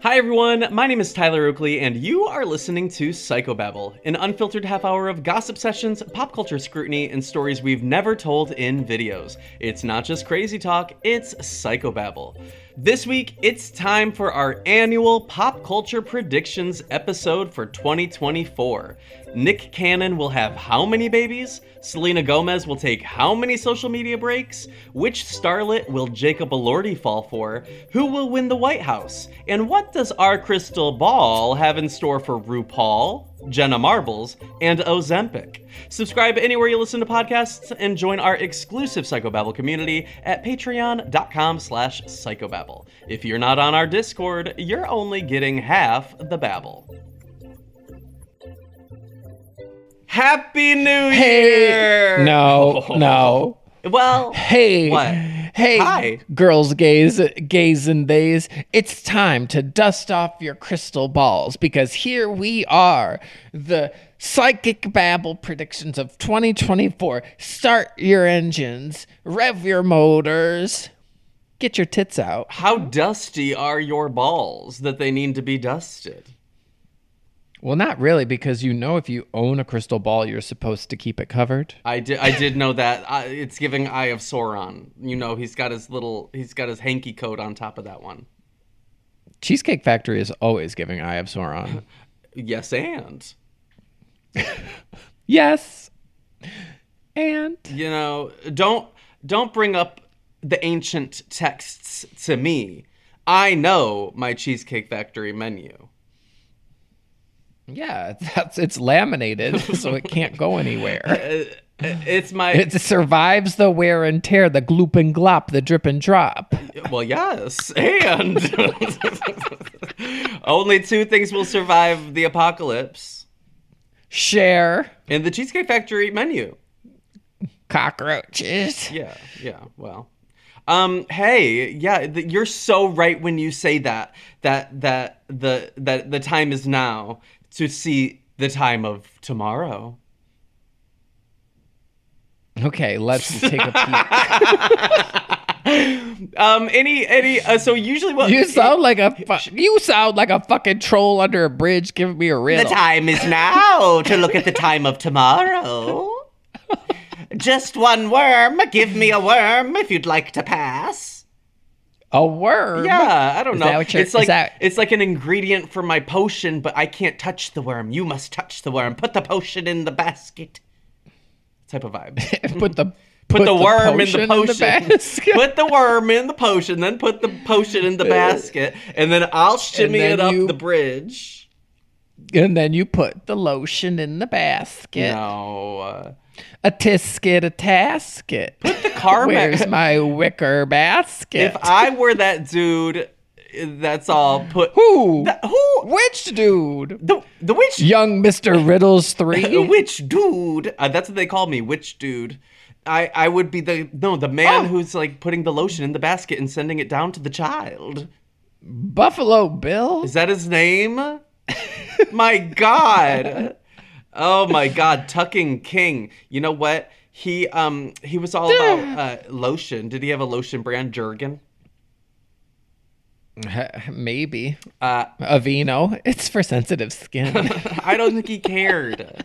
Hi, everyone. My name is Tyler Oakley, and you are listening to Psychobabble, an unfiltered half hour of gossip sessions, pop culture scrutiny, and stories we've never told in videos. It's not just crazy talk, it's Psychobabble. This week, it's time for our annual pop culture predictions episode for 2024. Nick Cannon will have how many babies? Selena Gomez will take how many social media breaks? Which starlet will Jacob Elordi fall for? Who will win the White House? And what does our crystal ball have in store for RuPaul, Jenna Marbles, and Ozempic. Subscribe anywhere you listen to podcasts and join our exclusive Psychobabble community at patreon.com slash psychobabble. If you're not on our Discord, you're only getting half the babble. Happy New Year! No, no. Well, Hey. What? Hey, Hi. girls, gays, gays, and theys. It's time to dust off your crystal balls because here we are, the psychic babble predictions of 2024. Start your engines, rev your motors, get your tits out. how dusty are your balls that they need to be dusted? Well, not really, because you know if you own a crystal ball, you're supposed to keep it covered. I did. I did know that. I, it's giving Eye of Sauron. You know, he's got his little. He's got his hanky coat on top of that one. Cheesecake Factory is always giving Eye of Sauron. Yes, and yes. And you know, don't don't bring up the ancient texts to me. I know my Cheesecake Factory menu. Yeah, that's it's laminated, so it can't go anywhere. Uh, It's my. It survives the wear and tear, the gloop and glop, the drip and drop. Well, yes, and only two things will survive the apocalypse: Share in the Cheesecake Factory menu. cockroaches. Yeah, yeah. Well, um, hey, yeah, th- you're so right when you say that that that the that the time is now to see the time of tomorrow. Okay, let's take a Um, any any. Uh, so usually what peek. You sound like a fu- you sound like a fucking troll under a bridge giving me a the riddle. time is now to look at the time of tomorrow. Just one worm. Give me a worm if you'd like to pass. A worm. Yeah, I don't Is know. that what you're- it's like is that- it's like an ingredient for my potion, but I can't touch the worm. You must touch the worm. Put the potion in the basket. Type of vibe. Put, Put the put, the worm in the potion potion. basket. put the worm in the potion, then put the potion in the basket, and then I'll shimmy then it up you- the bridge. and then you put the lotion in the basket. No. uh, A tisket, a tasket. Put the car back- Where's my wicker basket? If I were that dude, that's all. Put Who? That- who Which dude? the the witch Young Mr. Riddles The 3? witch Uh, dude. Uh, that's what they call me, witch dude. I, I would be the no the man Oh. who's like putting the lotion in the basket and sending it down to the child. Buffalo Bill? Is that his name? my God. Oh my God, Tucking King. You know what? He um he was all about uh, lotion. Did he have a lotion brand, Jergen? Maybe. Uh, Aveeno. It's for sensitive skin. I don't think he cared.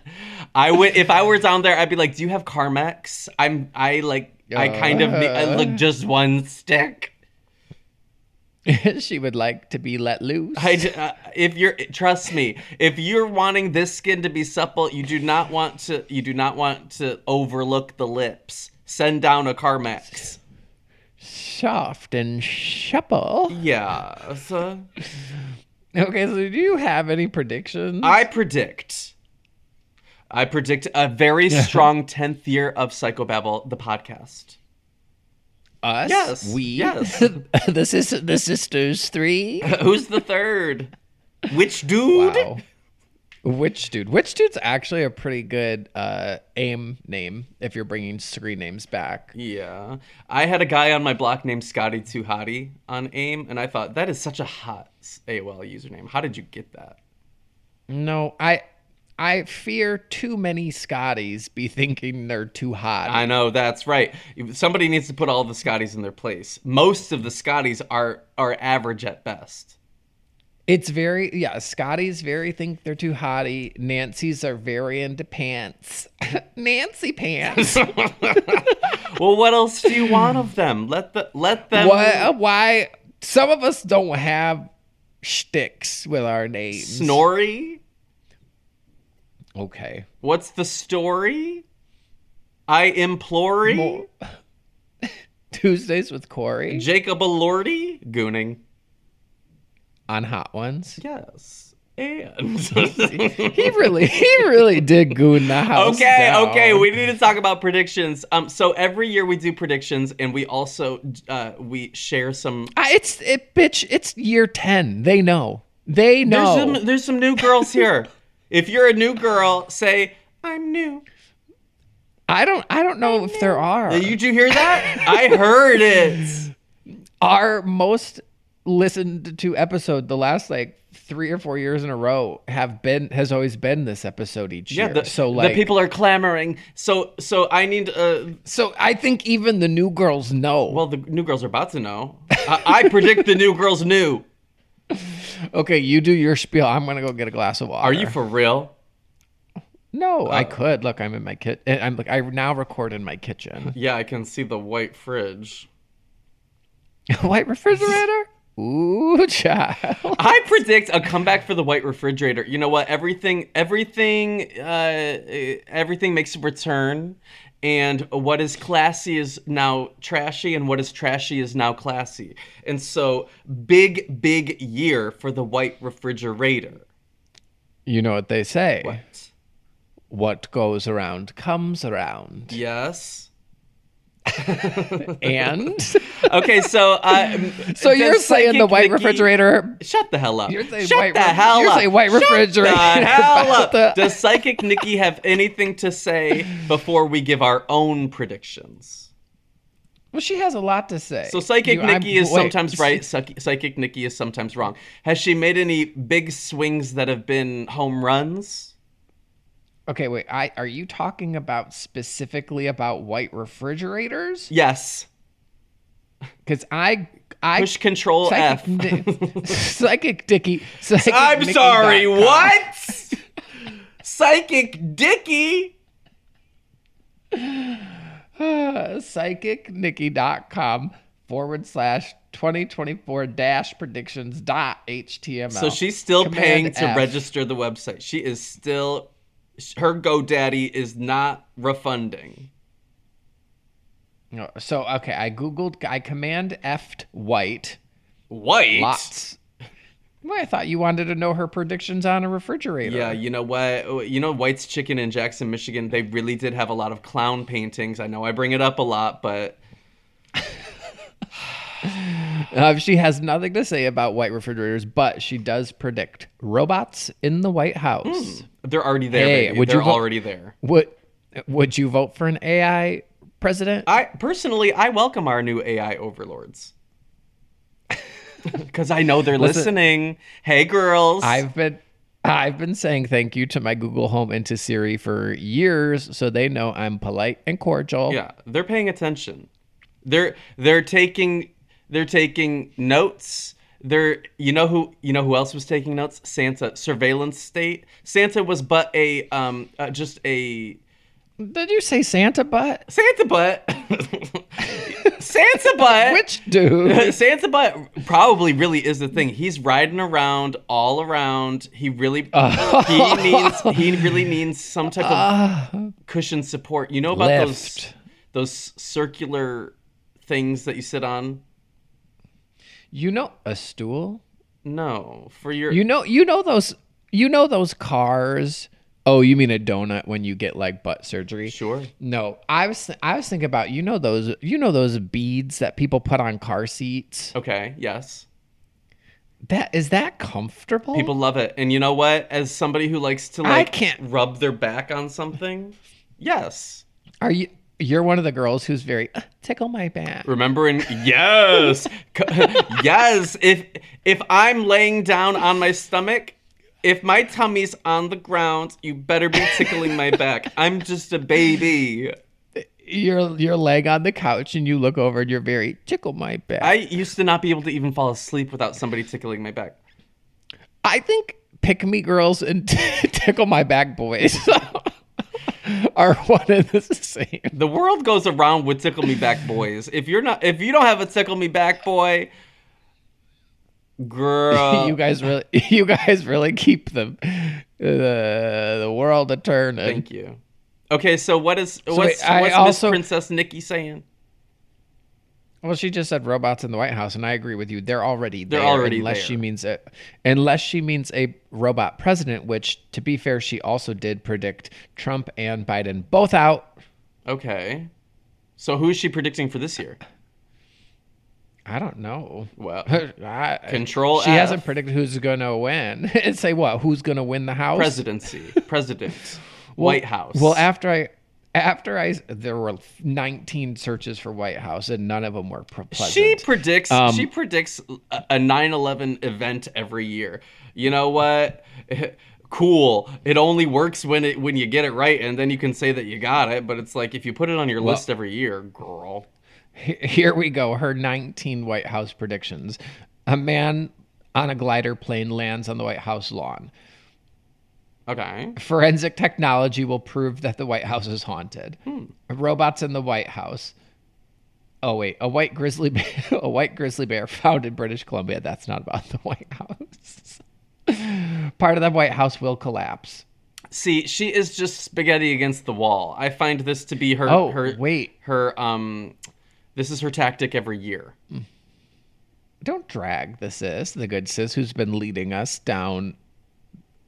I would if I were down there, I'd be like, "Do you have Carmex?" I'm I like I kind of ne- I look just one stick. she would like to be let loose. I d- uh, if you're trust me, if you're wanting this skin to be supple, you do not want to you do not want to overlook the lips. Send down a Carmex. Soft and supple. Yeah. So Okay, so do you have any predictions? I predict I predict a very strong 10th year of Psychobabble the podcast. Us? Yes, We? yes. the, sis- the sisters three? Who's the third? Which dude? Wow. Witch Dude. Witch Dude's actually a pretty good uh, AIM name if you're bringing screen names back. Yeah. I had a guy on my block named Scotty Too Hottie on AIM, and I thought, that is such a hot AOL username. How did you get that? No, I I fear too many Scotties be thinking they're too hot. I know, that's right. Somebody needs to put all the Scotties in their place. Most of the Scotties are, are average at best. It's very yeah. Scotty's very think they're too hotty. Nancy's are very into pants. Nancy pants. Well, what else do you want of them? Let the let them what? Why? Some of us don't have shticks with our names. snorry? Okay. What's the story? I implory? Well, Tuesdays with Corey Jacob Elordi? Gooning. on Hot Ones. Yes. And He really, he really did goon the house. Okay, down. okay, we need to talk about predictions. Um, so every year we do predictions, and we also uh, we share some. I, it's it, bitch. It's year ten. They know. They know. There's some there's some new girls here. if you're a new girl, say I'm new. I don't. I don't know if there are. Did you hear that? I heard it. our most listened to episode the last like three or four years in a row have been has always been this episode each Yeah, year the, so like the people are clamoring. So so I need. Uh, so i think even the new girls know well, the new girls are about to know. I, I predict the new girls knew. okay you do your spiel i'm gonna go get a glass of water Are you Uh, for real? no i could look i'm in my kit i'm like i now record in my kitchen Yeah, I can see the white fridge. white refrigerator ooh child I predict a comeback for the white refrigerator. You know what? Everything, everything, uh, everything makes a return, and what is classy is now trashy, and what is trashy is now classy. And so, big, big year for the white refrigerator. you know what they say what goes around comes around Yes. and Okay, so uh, so does you're saying the Psychic white Mickey- refrigerator Shut the hell up. You're saying Shut white the ref- hell you're up. saying white Shut refrigerator The hell about up. the- Does Psychic Nikki have anything to say before we give our own predictions? Well, she has a lot to say. So Psychic You- I'm- Nikki is wait. sometimes right, Psych- Psychic Nikki is sometimes wrong. Has she made any big swings that have been home runs? Okay, wait. I are you talking about specifically about white refrigerators? Yes. Because I, I Push Control F. psychic, Di- psychic Dicky. Psychic I'm Mickey sorry, dot com. what? Psychic Dicky? Uh, psychicnicky.com forward slash 2024 dash predictions dot html. So she's still Command paying to F. register the website. She is still her GoDaddy is not refunding. No, So okay, I googled. I command effed white White. lots. Well, I thought you wanted to know her predictions on a refrigerator. Yeah, you know what? Oh, You know White's Chicken in Jackson, Michigan. They really did have a lot of clown paintings. I know I bring it up a lot, but Uh, she has nothing to say about white refrigerators, but she does predict robots in the White House. they're already there. Hey, baby. would you they're vote- already there. Would would you vote for an AI president? I personally, I welcome our new AI overlords. Because I know they're Listen- listening. Hey, girls. I've been I've been saying thank you to my Google Home and to Siri for years, so they know I'm polite and cordial. Yeah, they're paying attention. They're they're taking they're taking notes. There, you know who you know who else was taking notes? Santa surveillance state. Santa was but a um uh, just a Did you say Santa butt? Santa butt. Santa butt. Which dude? Santa butt probably really is the thing. He's riding around all around. He really he means he really means some type of cushion support. You know about Lift. those those circular things that you sit on? You know a stool? No, for your You know you know those you know those cars. Oh, you mean a donut when you get like butt surgery? sure. No, I was th- I was thinking about you know those you know those beads that people put on car seats. Okay, yes. That is that comfortable? People love it. And you know what? As somebody who likes to I like can't- rub their back on something, yes. are you? You're one of the girls who's very "Uh, tickle my back. Remember in yes. C- yes, if if I'm laying down on my stomach, if my tummy's on the ground, you better be tickling my back. I'm just a baby. You're you're laying on the couch and you look over and you're very tickle my back. I used to not be able to even fall asleep without somebody tickling my back. I think pick me girls and tickle my back boys are one and the same. The world goes around with tickle me back boys. If you're not if you don't have a tickle me back boy, girl, you guys really you guys really keep the the, the world a turning. Thank you. Okay, so what is what's, wait, I what's also- Miss Princess Nikki saying? Well, she just said robots in the White House, and I agree with you. They're already They're there, already unless there. she means a, unless she means a robot president, which to be fair, she also did predict Trump and Biden both out. Okay, so who is she predicting for this year? I don't know. Well, I- Control She F. hasn't predicted who's going to win. And say what? Who's going to win the House? presidency, president, White House. Well, after I, after I, there were 19 searches for White House, and none of them were pre- pleasant. she predicts Um, she predicts a- a 9/11 event every year. You know what? cool. It only works when it when you get it right, and then you can say that you got it. But it's like if you put it on your list every year, girl. He- Here we go. Her 19 White House predictions. A man on a glider plane lands on the White House lawn. Okay. Forensic technology will prove that the White House is haunted. Hmm. Robots in the White House. Oh wait, a white grizzly bear, a white grizzly bear found in British Columbia. That's not about the White House. Part of the White House will collapse. See, she is just spaghetti against the wall. I find this to be her Oh, her wait. her um this is her tactic every year. Don't drag the sis, the good sis who's been leading us down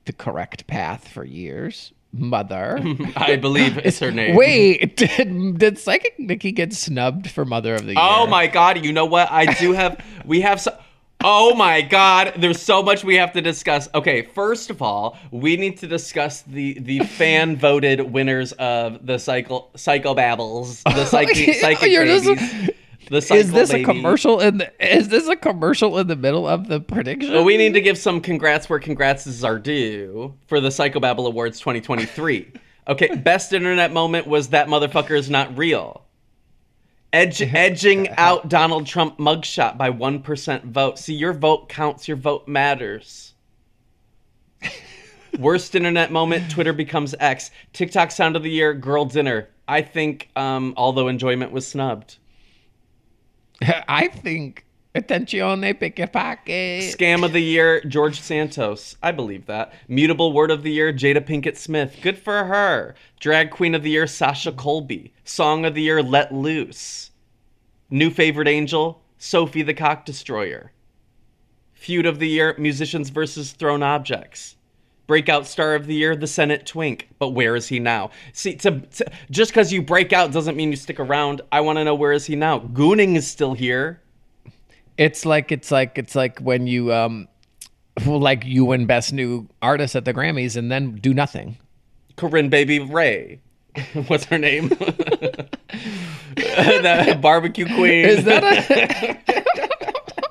the correct path for years. Mother. I believe it's her name. Wait, did did Psychic Nikki get snubbed for Mother of the Year? Oh my god, you know what? I do have we have so Oh my god, there's so much we have to discuss. Okay, first of all, we need to discuss the the fan voted winners of the cycle psychobabbles, the psychic psychic Oh, You're babies. just- the Is this Psychobaby. a commercial in the is this a commercial in the middle of the prediction? But we need to give some congrats where congrats is our due for the Psychobabble Awards 2023. Okay, best internet moment was that motherfucker is not real. Edge, edging out Donald Trump mugshot by 1% vote. See, your vote counts, your vote matters. Worst internet moment, Twitter becomes X. TikTok sound of the year, girl dinner. I think, um, although enjoyment was snubbed. I think eh, Attenzione pickpocket. Scam of the year, George Santos. I believe that. Mutable word of the year, Jada Pinkett Smith. Good for her. Drag queen of the year, Sasha Colby. Song of the year, Let Loose. New favorite angel, Sophie the Cock Destroyer. Feud of the year, musicians versus thrown objects. Breakout star of the year, the Senate twink. But where is he now? See, to, to, just because you break out doesn't mean you stick around. I want to know where is he now. Gooning is still here. It's like it's like it's like when you um well, like you win best new artist at the Grammys and then do nothing. Corinne Baby Ray. What's her name? that barbecue queen. Is that a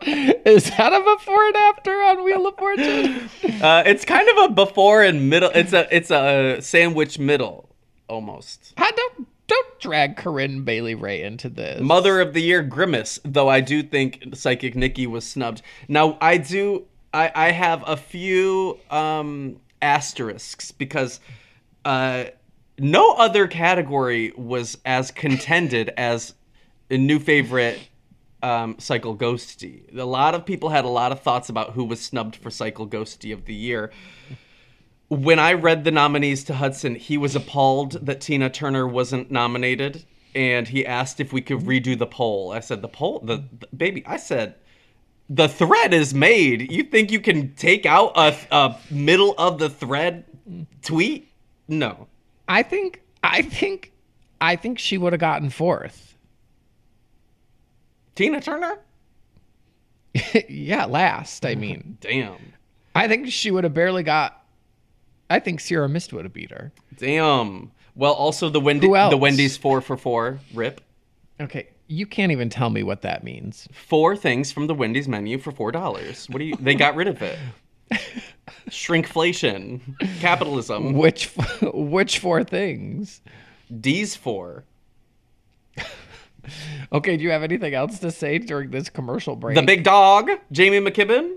Is that a before and after on Wheel of Fortune? uh, it's kind of a before and middle. It's a it's a sandwich middle almost. I don't Don't drag Corinne Bailey Ray into this. Mother of the Year Grimace, though I do think Psychic Nikki was snubbed. Now I do I, I have a few um asterisks because uh no other category was as contended as a new favorite um Cycle Ghosty. A lot of people had a lot of thoughts about who was snubbed for Cycle Ghosty of the year when I read the nominees to Hudson, he was appalled that Tina Turner wasn't nominated, and he asked if we could redo the poll. I said the poll, the, the- baby. I said the thread is made. You think you can take out a, a middle of the thread tweet? No. I think I think I think she would have gotten fourth. Tina Turner? yeah, last, I mean. Damn. I think she would have barely got I think Sierra Mist would have beat her. Damn. Well, also the Wendy, Who else? the Wendy's four for four rip. Okay, you can't even tell me what that means. four things from the Wendy's menu for four dollars. What do you? They got rid of it. Shrinkflation, capitalism. Which which four things? D's four. Okay, do you have anything else to say during this commercial break? The big dog, Jamie McKibben,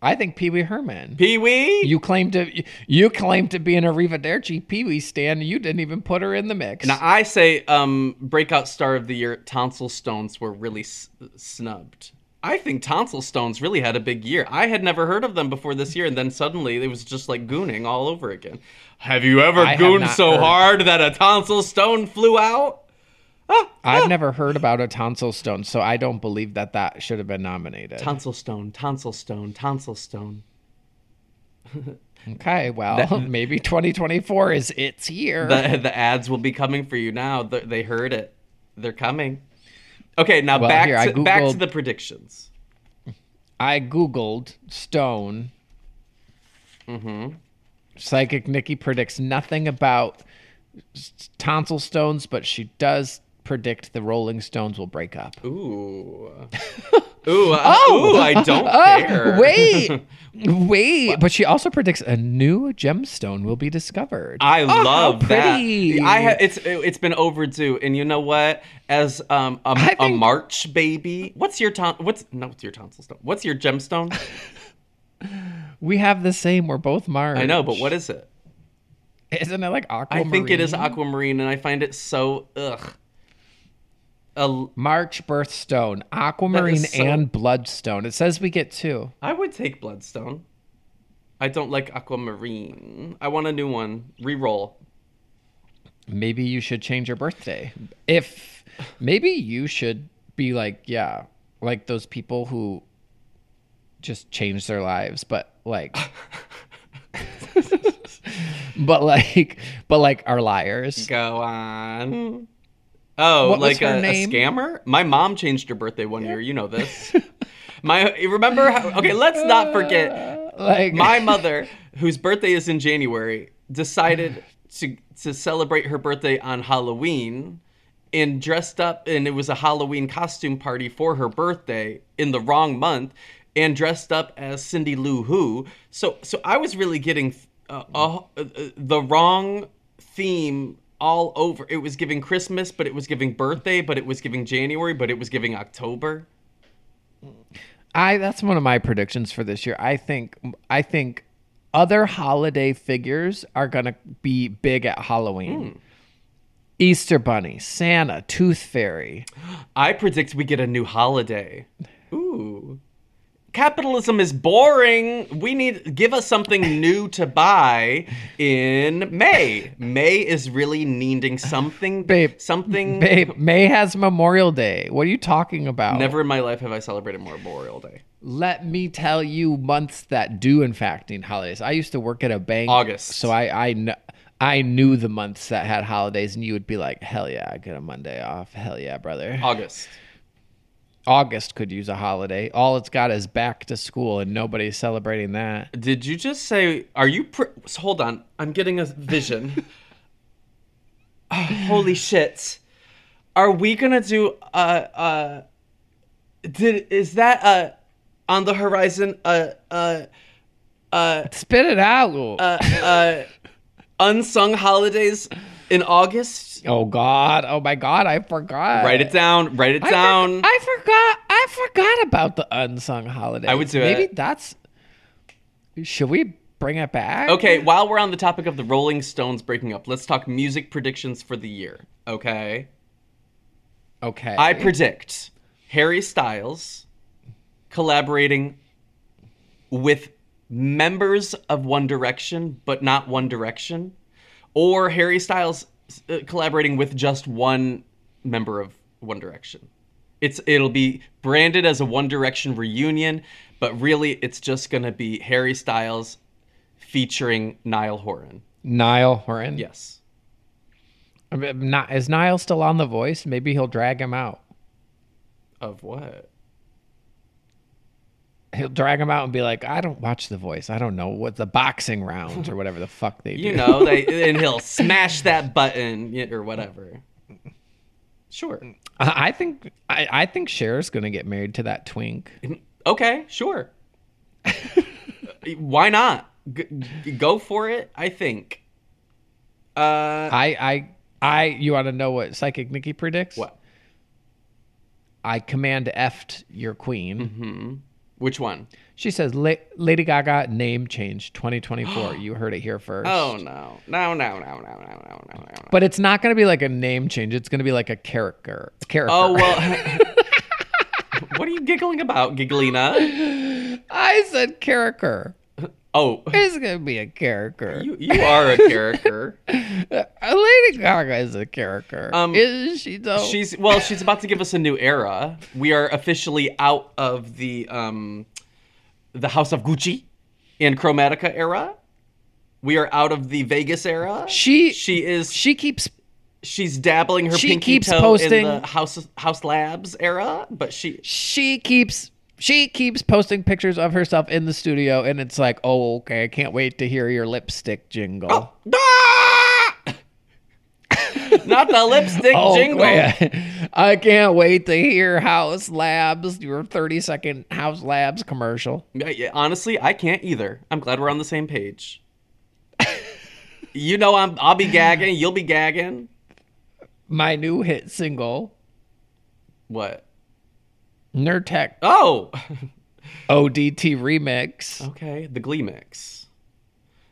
I think Pee Wee Herman. Pee Wee. you claim to you claim to be an Arrivederci Pee Wee stan. You didn't even put her in the mix. now I say, um, breakout star of the year, tonsil stones were really s- snubbed. I think tonsil stones really had a big year. I had never heard of them before this year, and then suddenly it was just like gooning all over again. Have you ever I have gooned not so heard. hard that a tonsil stone flew out? I've never heard about a tonsil stone, so I don't believe that that should have been nominated. Tonsil stone, tonsil stone, tonsil stone. okay, well, maybe 2024 is its year. the the ads will be coming for you now. Th- they heard it. They're coming. Okay, now Well, back here, I to, back to Googled- the predictions. I googled stone. Mm-hmm. Psychic Nikki predicts nothing about s- tonsil stones, but she does predict the Rolling Stones will break up. Ooh. Ooh, I, ooh, I don't care. Oh! Ah, Wait, wait! But she also predicts a new gemstone will be discovered. I Oh, how love pretty. that. I ha- it's it's been overdue, and you know what? As um a, I a think- March baby, what's your ton? What's no? What's your tonsil stone? What's your gemstone? we have the same. We're both Mars. I know, but what is it? Isn't it like I aquamarine? think it is aquamarine, and I find it so ugh. A, March birthstone, aquamarine, so- and bloodstone. It says we get two. I would take Bloodstone. I don't like Aquamarine. I want a new one. Reroll. Maybe you should change your birthday. If maybe you should be like, yeah, like those people who just change their lives, but like. but like but like are liars Go on. Oh, What was like her a, a name? scammer? My mom changed her birthday one year. You know this. My remember? How, okay, let's not forget. like My mother, whose birthday is in January, decided to to celebrate her birthday on Halloween, and dressed up, and it was a Halloween costume party for her birthday in the wrong month, and dressed up as Cindy Lou Who. So so I was really getting uh, uh, uh, the wrong theme all over. It was giving Christmas, but it was giving birthday, but it was giving January, but it was giving October. I that's one of my predictions for this year. I think I think other holiday figures are gonna be big at Halloween. Easter Bunny, Santa, Tooth Fairy. I predict we get a new holiday. Ooh. Capitalism is boring. We need give us something new to buy in May. May is really needing something Babe. something Babe, May has Memorial Day. What are you talking about? Never in my life have I celebrated more Memorial Day. Let me tell you months that do in fact need holidays. I used to work at a bank. August. So I I kn- I knew the months that had holidays, and you would be like, "Hell yeah, I get a Monday off. Hell yeah, brother." August. August could use a holiday. All it's got is back to school, and nobody's celebrating that. Did you just say are you pre- hold on. I'm getting a vision. Oh, holy shit. Are we going to do uh uh did is that uh on the horizon uh uh Spit it out. uh, unsung holidays in August. Oh God! Oh my God! I forgot. Write it down. Write it I for- down. I forgot. I forgot about the unsung holiday. I would do Maybe it. that's. Should we bring it back? okay, while we're on the topic of the Rolling Stones breaking up, let's talk music predictions for the year. Okay. Okay. I predict Harry Styles collaborating with members of One Direction, but not One Direction, or Harry Styles uh, collaborating with just one member of One Direction. It's it'll be branded as a One Direction reunion, but really it's just gonna be Harry Styles featuring Niall Horan. Niall Horan. Yes. I mean, Ni- Is Niall still on The Voice? Maybe he'll drag him out. Of what? He'll drag him out and be like, "I don't watch The Voice. I don't know what the boxing round or whatever the fuck they do." you know they and he'll smash that button y- or whatever sure I I think I, I think Cher's gonna get married to that twink. okay sure why not G- g- go for it i think uh I I I. You want to know what Psychic Nikki predicts? what I command effed your queen. Mm-hmm. Hmm. which one? She says La- Lady Gaga name change 2024. you heard it here first. Oh no no no no no no no no no But it's not going to be like a name change. It's going to be like a character. Character. oh well what are you giggling about gigglina I said character. oh It's going to be a character. you, you are a character Uh, Lady Gaga is a character. Um, Isn't she though? She's well, she's about to give us a new era. We are officially out of the um the House of Gucci and Chromatica era. We are out of the Vegas era. She- she is she keeps. she's dabbling her She pinky keeps toe posting- in the House House Labs era, but she She keeps. She keeps posting pictures of herself in the studio, and it's like, oh, okay, I can't wait to hear your lipstick jingle. Oh, Ah! Not the lipstick jingle. Oh, man. I can't wait to hear House Labs, your 30 second House Labs commercial. Yeah, yeah, Honestly, I can't either. I'm glad we're on the same page. you know, I'm. I'll be gagging. You'll be gagging. My new hit single, What? Nurtec Oh, ODT remix. okay. The Glee mix.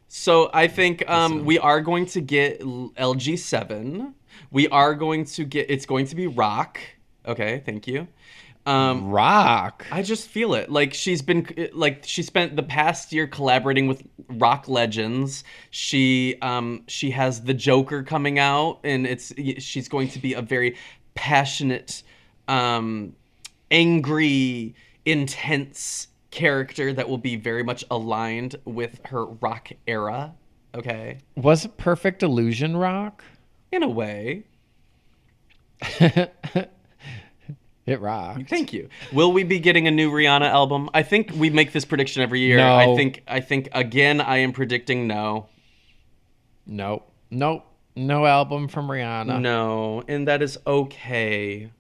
So I think um, we are going to get L- LG7. We are going to get. It's going to be rock. Okay, thank you. Um, Rock. I just feel it. Like she's been like she spent the past year collaborating with rock legends. She um she has the Joker coming out and it's she's going to be a very passionate um angry intense character that will be very much aligned with her rock era, okay? Was it Perfect Illusion rock? In a way. It rocked. Thank you. Will we be getting a new Rihanna album? I think we make this prediction every year. No. I think I think again I am predicting no. Nope. Nope. No album from Rihanna. No, and that is okay.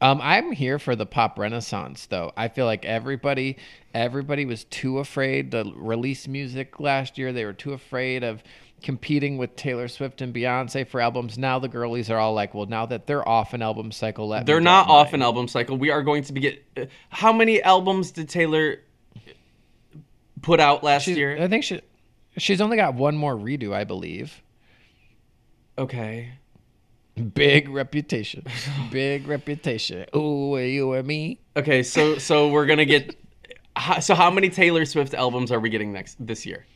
Um, I'm here for the pop renaissance, though. I feel like everybody, everybody was too afraid to release music last year. They were too afraid of competing with Taylor Swift and Beyonce for albums. Now the girlies are all like, "Well, now that they're off an album cycle, let me They're get not mine." off an album cycle. We are going to be get. uh, How many albums did Taylor put out last She's- year? I think she, she's only got one more redo, I believe. Okay. Big reputation, big reputation. Ooh, you and me. Okay. So so we're gonna get. how- So how many Taylor Swift albums are we getting next this year?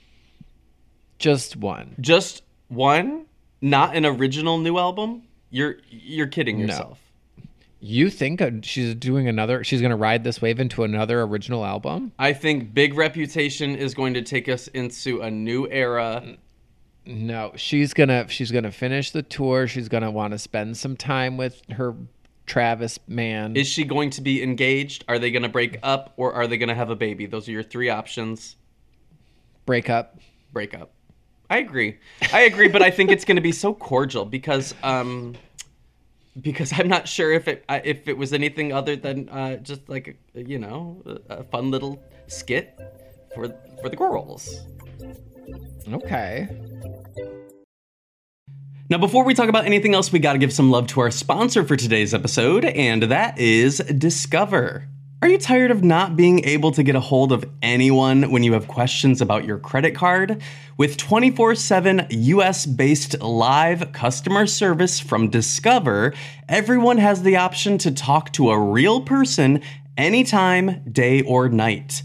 Just one. Just one? Not an original new album? You're you're kidding yourself. You think uh, she's doing another? She's gonna ride this wave into another original album? I think Big Reputation is going to take us into a new era. No, she's gonna she's gonna finish the tour. She's gonna want to spend some time with her Travis man. Is she going to be engaged? Are they going to break up or are they going to have a baby? Those are your three options. break up. Break up. I agree. I agree, but I think it's going to be so cordial because um because I'm not sure if it I- if it was anything other than uh just like you know, a- a fun little skit for for the girls. Okay. Now, before we talk about anything else, we got to give some love to our sponsor for today's episode, and that is Discover. Are you tired of not being able to get a hold of anyone when you have questions about your credit card? With 24 7 US based live customer service from Discover, everyone has the option to talk to a real person anytime, day or night.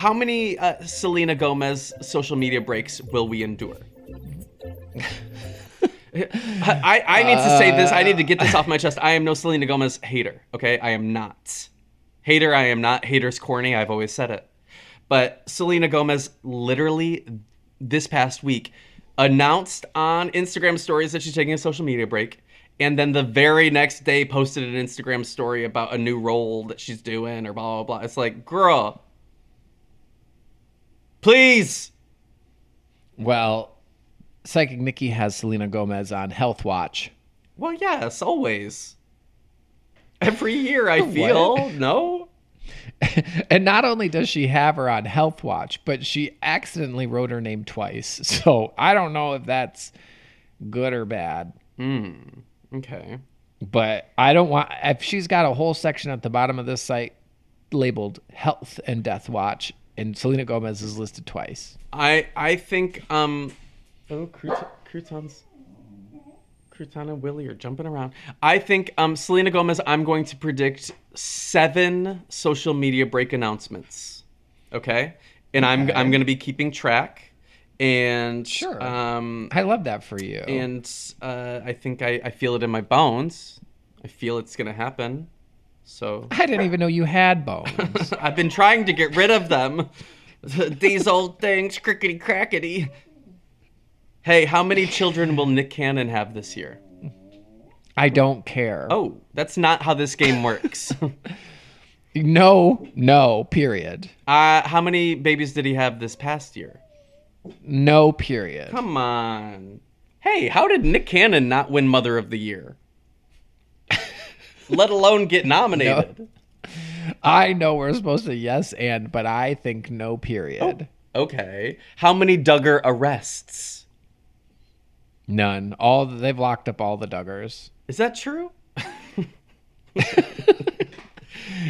How many uh, Selena Gomez social media breaks will we endure? I, I need to say this. I need to get this off my chest. I am no Selena Gomez hater, okay? I am not. Hater, I am not. Hater's corny. I've always said it. But Selena Gomez literally this past week announced on Instagram stories that she's taking a social media break. And then the very next day posted an Instagram story about a new role that she's doing or blah, blah, blah. It's like, girl, Please. Well, Psychic Nikki has Selena Gomez on Health Watch. Well, yes, always. Every year I feel, no? and not only does she have her on Health Watch, but she accidentally wrote her name twice. So I don't know if that's good or bad. Mm, okay. But I don't want, if she's got a whole section at the bottom of this site labeled Health and Death Watch, and Selena Gomez is listed twice. I I think um oh crout- croutons crouton and Willie are jumping around. I think um Selena Gomez. I'm going to predict seven social media break announcements. Okay, and I'm Okay. I'm going to be keeping track. And Sure. um I love that for you. and uh, I think I I feel it in my bones. I feel it's going to happen. So I didn't even know you had bones. I've been trying to get rid of them. These old things, crickety crackety. Hey, how many children will Nick Cannon have this year? I don't care. Oh, that's not how this game works. No, no, period. uh, how many babies did he have this past year? No, period. Come on. Hey, how did Nick Cannon not win Mother of the Year? Let alone get nominated. I know we're supposed to yes and, but I think no, period. Oh. Okay. How many Duggar arrests? None. All they've locked up all the Duggars. Is that true?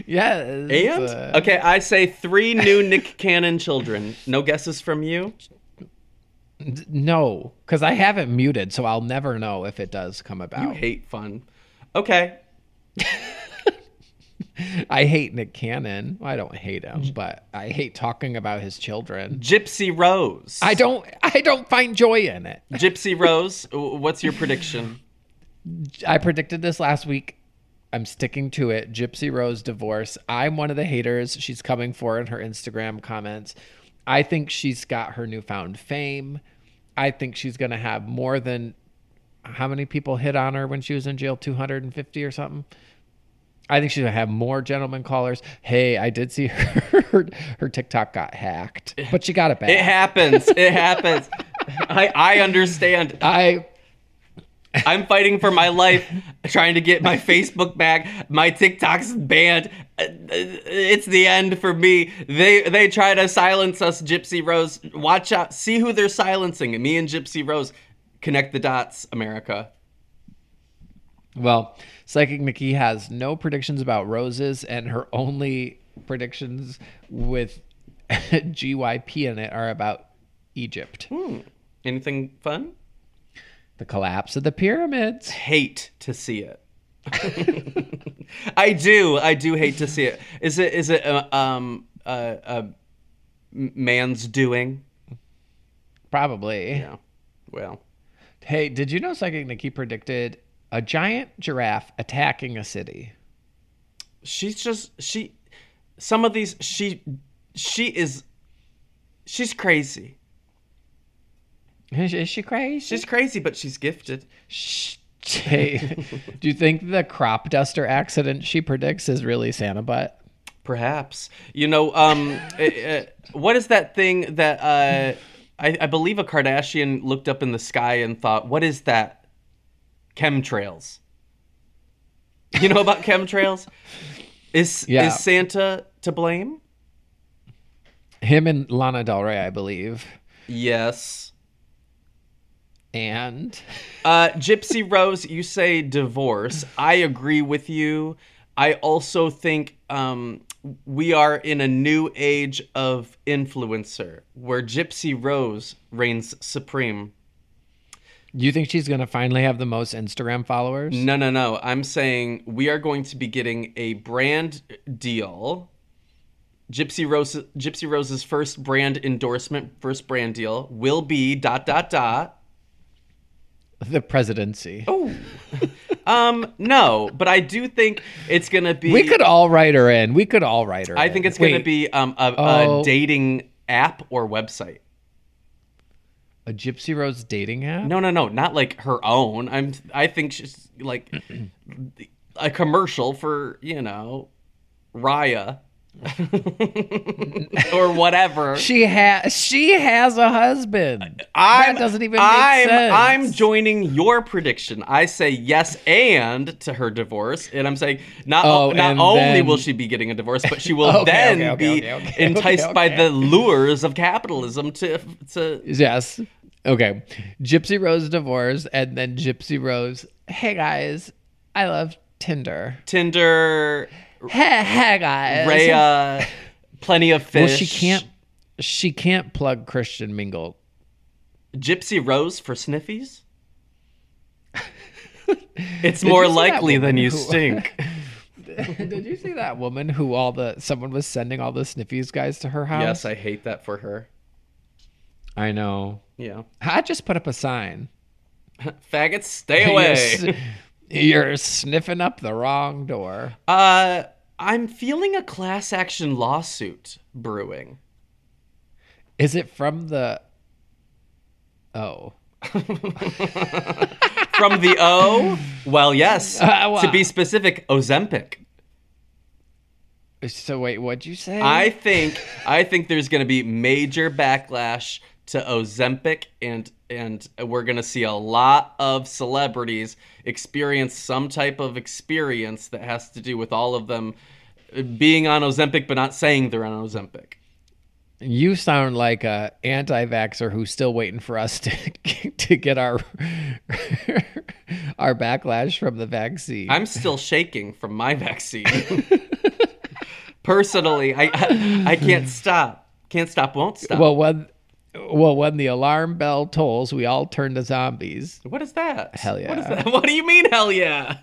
Yes. And uh, okay, I say three new Nick Cannon children. No guesses from you. d- no, because I haven't muted, so I'll never know if it does come You about. hate fun. Okay, I hate Nick Cannon. I don't hate him, but I hate talking about his children. Gypsy Rose. I don't. I don't find joy in it. Gypsy Rose. w- What's your prediction? I predicted this last week. I'm sticking to it. Gypsy Rose divorce. I'm one of the haters she's coming for in her Instagram comments. I think she's got her newfound fame. I think she's going to have more than, how many people hit on her when she was in jail? 250 or something? I think she's gonna have more gentlemen callers. Hey, I did see her her, TikTok got hacked, but she got it back. It happens. It happens. I I understand. I I'm fighting for my life, trying to get my Facebook back. My TikTok's banned. It's the end for me. They they try to silence us, Gypsy Rose. Watch out. See who they're silencing. Me and Gypsy Rose. Connect the dots, America. well, Psychic Mickey has no predictions about roses, and her only predictions with GYP in it are about Egypt, Hmm. Anything fun? the collapse of the pyramids. Hate to see it. I do. I do hate to see it. Is it is it uh, um uh, uh m- man's doing? Probably. Yeah. Well. Hey, did you know Psychic Mickey predicted a giant giraffe attacking a city? she's just she some of these she she is she's crazy Is, is she crazy? she's crazy but she's gifted Shh. Hey, do you think the crop duster accident she predicts is really Santa Butt? perhaps you know um uh, uh, what is that thing that uh I, I believe a kardashian looked up in the sky and thought what is that chemtrails you know about chemtrails is Yeah. is santa to blame Him and Lana Del Rey, I believe. yes And Uh, Gypsy Rose, you say divorce. I agree with you. I also think um, we are in a new age of influencer where Gypsy Rose reigns supreme. you think she's going to finally have the most Instagram followers? No, no, no. I'm saying we are going to be getting a brand deal. Gypsy Rose, Gypsy Rose's first brand endorsement, first brand deal will be dot dot dot. The presidency. Oh, Um, no, but I do think it's gonna be. We could all write her in. We could all write her I in. think it's going to Wait, be um, a, a Oh. dating app or website. a Gypsy Rose dating app? No, no, no, not like her own. I'm. I think she's like a commercial for you know Raya or whatever. She has she has a husband. I'm, that doesn't even make I'm, sense. I'm joining your prediction. I say yes and to her divorce, and I'm saying not Oh, not and only then- will she be getting a divorce, but she will Okay, then okay, okay, be okay, okay, enticed okay, by okay. the lures of capitalism to to Yes. Okay. Gypsy Rose divorce and then Gypsy Rose. Hey guys, I love Tinder. Tinder, Hey, hey guys. Raya, plenty of fish. Well, she can't. She can't plug Christian Mingle. Gypsy Rose for sniffies. It's more you see that likely than woman you who- stink. Did you see that woman who all the someone was sending all the sniffies guys to her house? yes, I hate that for her. I, know. Yeah, I just put up a sign. faggots, stay You're away. s- You're sniffing up the wrong door. Uh, I'm feeling a class action lawsuit brewing. Is it from the? Oh. From the O? Well, yes. Uh, well- to be specific, Ozempic. So wait, what'd you say? I think I think there's going to be major backlash to Ozempic and and we're going to see a lot of celebrities experience some type of experience that has to do with all of them uh, being on Ozempic but not saying they're on Ozempic. You sound like a anti-vaxxer who's still waiting for us to to get our our backlash from the vaccine. I'm still shaking from my vaccine. Personally, I, I I can't stop. Can't stop, won't stop. well, when well when the alarm bell tolls, we all turn to zombies. what is that? Hell What is yeah. that? What do you mean hell yeah?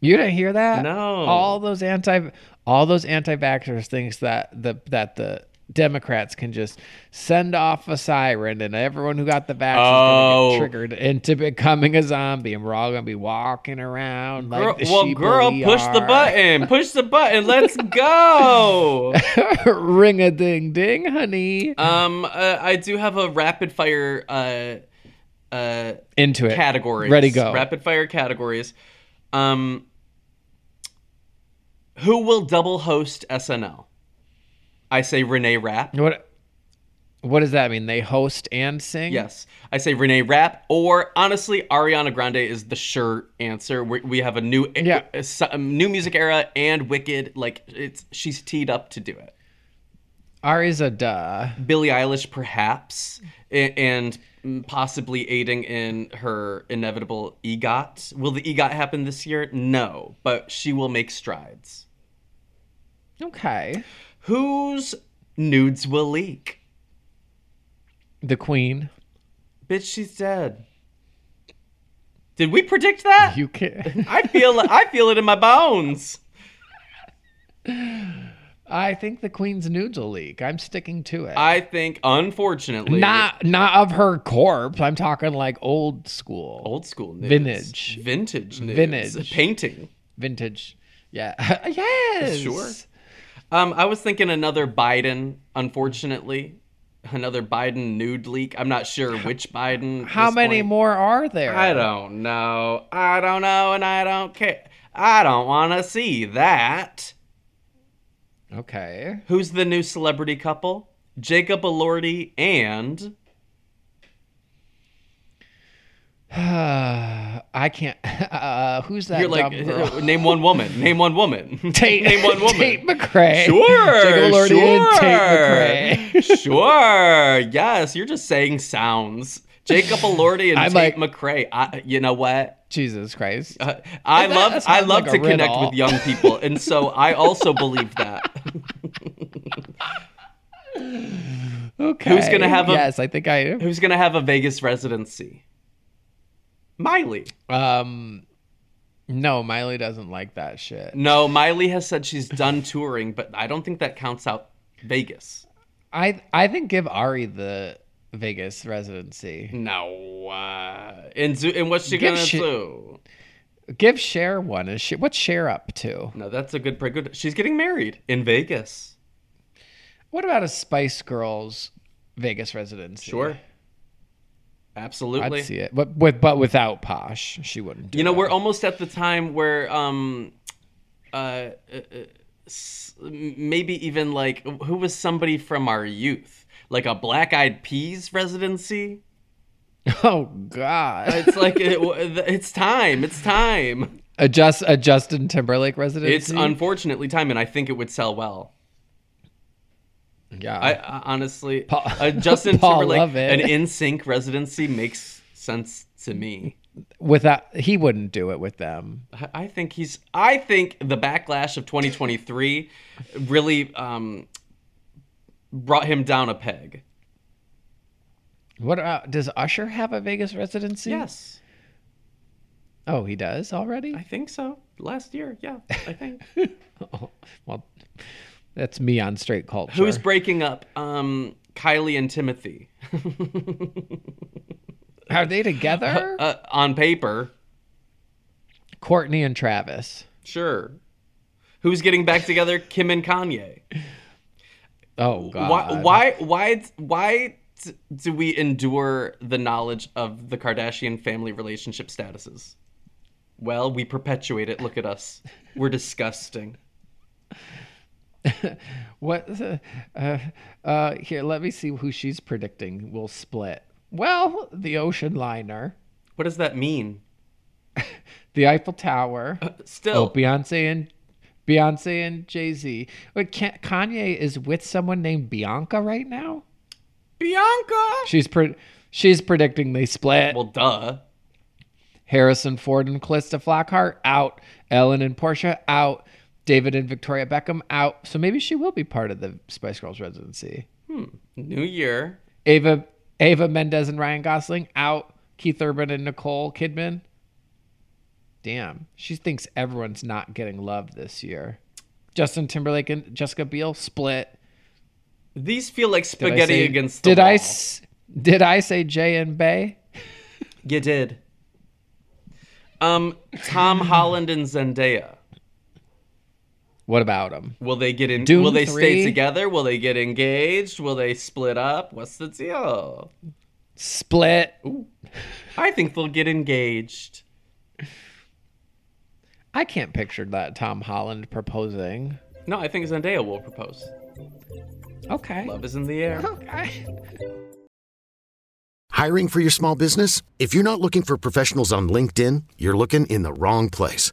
You didn't hear that? No. All those anti all those anti-vaxxers thinks that the that the Democrats can just send off a siren and everyone who got the vaccine Oh. is going to get triggered into becoming a zombie and we're all going to be walking around like Girl, the well, sheep girl, we push the are. button. Push the button. Let's go. Ring a ding ding, honey. um, uh, I do have a rapid fire uh, uh, into it. categories. Ready, go. Rapid fire categories. Um, who will double host SNL? I say Renee Rapp. What? What does that mean? They host and sing. Yes, I say Renee Rapp. Or honestly, Ariana Grande is the sure answer. We, we have a new Yeah. a s- a new music era and Wicked. Like it's she's teed up to do it. Ari's a duh. Billie Eilish, perhaps, a- and possibly aiding in her inevitable EGOT. Will the EGOT happen this year? No, but she will make strides. Okay. Whose nudes will leak? The Queen. Bitch, she's dead. Did we predict that? You can. I feel I feel it in my bones. I think the Queen's nudes will leak. I'm sticking to it. I think, unfortunately, not not of her corpse. I'm talking like old school, old school nudes. Vintage. vintage nudes. Vintage. painting. vintage. Yeah. yes. Sure. Um, I was thinking another Biden, unfortunately. Another Biden nude leak. I'm not sure which Biden. at How this many point. more are there? I don't know. I don't know, and I don't care. I don't want to see that. Okay. Who's the new celebrity couple? Jacob Elordi and I can't. Uh, who's that? you're like uh, dumb girl? name one woman. Name one woman. Tate, name one woman. Tate McRae. Sure. Jacob Elordi and Tate McRae. sure. sure. Yes, you're just saying sounds. Jacob Elordi and I'm Tate like- McRae. I, you know what? Jesus Christ. Uh, I That love sounds I love like to a connect riddle. with young people, and so I also believe that. Okay. who's gonna have a- Yes, I think I. Who's gonna have a Vegas residency? Miley. Um, no, Miley doesn't like that shit. No, Miley has said she's done touring, but I don't think that counts out Vegas. I I think give Ari the Vegas residency. No. Uh, and zo- and what's she Give gonna shit. do? Give Cher one. Is she what's Cher up to? No, that's a good pretty good. She's getting married in Vegas. What about a Spice Girls Vegas residency? Sure. Absolutely. I'd see it, but with but without Posh, she wouldn't. Do You know, it. we're almost at the time where um, uh, uh, uh, s- maybe even like who was somebody from our youth, like a Black Eyed Peas residency. oh god, It's like it, it's time. It's time. a just a Justin Timberlake residency. It's unfortunately time, and I think it would sell well. yeah. I, I honestly, Paul- uh, Justin Paul Timberlake, Lovett. an in sync residency makes sense to me. without he wouldn't do it with them. I- I think he's. I think the backlash of 2023 really um, brought him down a peg. What about does Usher have a Vegas residency? Yes, Oh, he does already. I think so. Last year, yeah, I think. Oh, well, that's me on straight culture. Who's breaking up? Um, Kylie and Timothy. are they together? Uh, on paper, Courtney and Travis. sure. Who's getting back together? Kim and Kanye. Oh God! Why? Why? Why? Why t- do we endure the knowledge of the Kardashian family relationship statuses? Well, we perpetuate it. Look at us. We're disgusting. What? Uh, uh, here, let me see who she's predicting will split. Well, the ocean liner, What does that mean? the Eiffel Tower. Oh, Still, Beyonce and Beyonce and Jay Z. Wait, can, Kanye is with someone named Bianca right now. Bianca. She's pre- she's predicting they split. Well, duh. Harrison Ford and Callista Flockhart out. Ellen and Portia out. David and Victoria Beckham out. So maybe she will be part of the Spice Girls residency. New year. Ava Ava Mendez and Ryan Gosling out. Keith Urban and Nicole Kidman. Damn, she thinks everyone's not getting love this year. Justin Timberlake and Jessica Biel split. These feel like Did I spaghetti say- against the did wall. I s- did I say Jay and Bay? You did. Um, Tom Holland and Zendaya. What about them? Will they get in? Doom will they stay three. together? Will they get engaged? Will they split up? What's the deal? Split. I think they'll get engaged. I can't picture that Tom Holland proposing. No, I think Zendaya will propose. Okay. Love is in the air. Okay. Hiring for your small business? If you're not looking for professionals on LinkedIn, you're looking in the wrong place.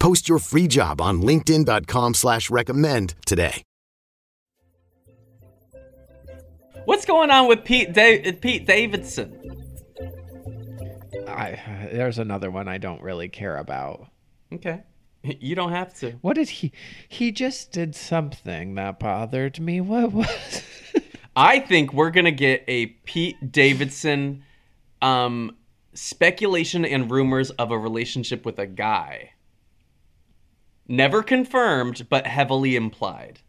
Post your free job on linkedin.com slash recommend today. What's going on with Pete da- Pete Davidson? I, there's another one I don't really care about. Okay. You don't have to. What did he? He just did something that bothered me. What was? I think we're gonna get a Pete Davidson um speculation and rumors of a relationship with a guy. Never confirmed, but heavily implied.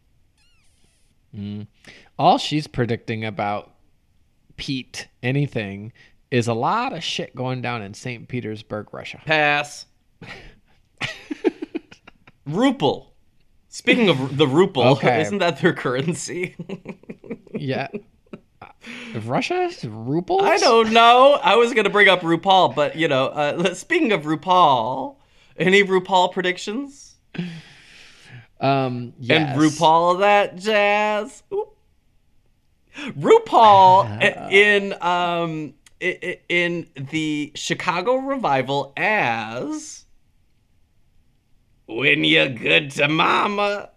All she's predicting about Pete anything is a lot of shit going down in St. Petersburg, Russia. Pass. Ruple. Speaking of the ruple, Okay. isn't that their currency? Yeah. Uh, Russia? Rubles? I don't know. I was gonna bring up RuPaul, but you know, uh, speaking of RuPaul, any RuPaul predictions Um, yes. and RuPaul that jazz? Ooh. RuPaul i- in um i- i- in the Chicago revival as when you're good to mama.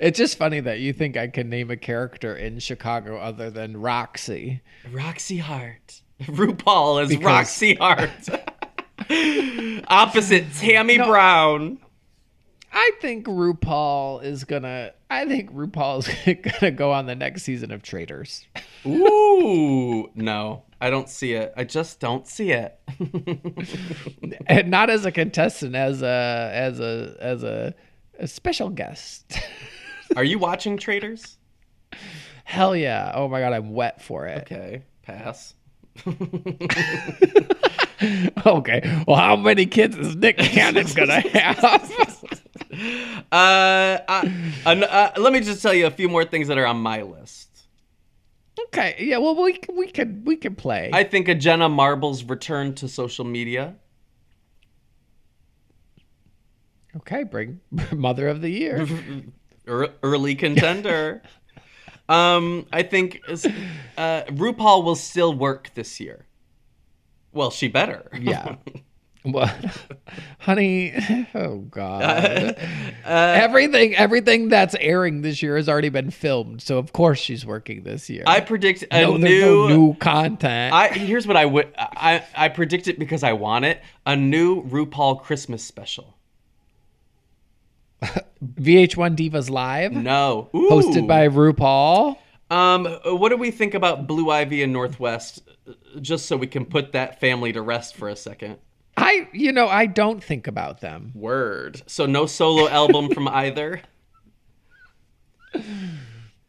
It's just funny that you think I can name a character in Chicago other than Roxy. Roxy Hart. RuPaul is Because- Roxy Hart. Opposite Tammy Brown. I think RuPaul is gonna. I think RuPaul is gonna go on the next season of Traitors. Ooh, no, I don't see it. I just don't see it. and not as a contestant as a as a as a, a special guest Are you watching Traders? hell yeah oh my god i'm wet for it Okay, pass. okay well how many kids is nick cannon gonna have Uh, I, an- uh, let me just tell you a few more things that are on my list. okay yeah well we c- we can we can play I think a Jenna Marbles return to social media. okay bring mother of the year ear- early contender. um, I think is- uh, RuPaul will still work this year. Well, she better. yeah What, honey? Oh God! Uh, everything, everything that's airing this year has already been filmed, so of course she's working this year. I predict a no, there's no new content. I here's what I would I I predict it because I want it a new RuPaul Christmas special. VH1 Divas Live, No, hosted by RuPaul. Um, what do we think about Blue Ivy and Northwest? uh, Just so we can put that family to rest for a second. I, you know, I don't think about them. Word. So no solo album from either.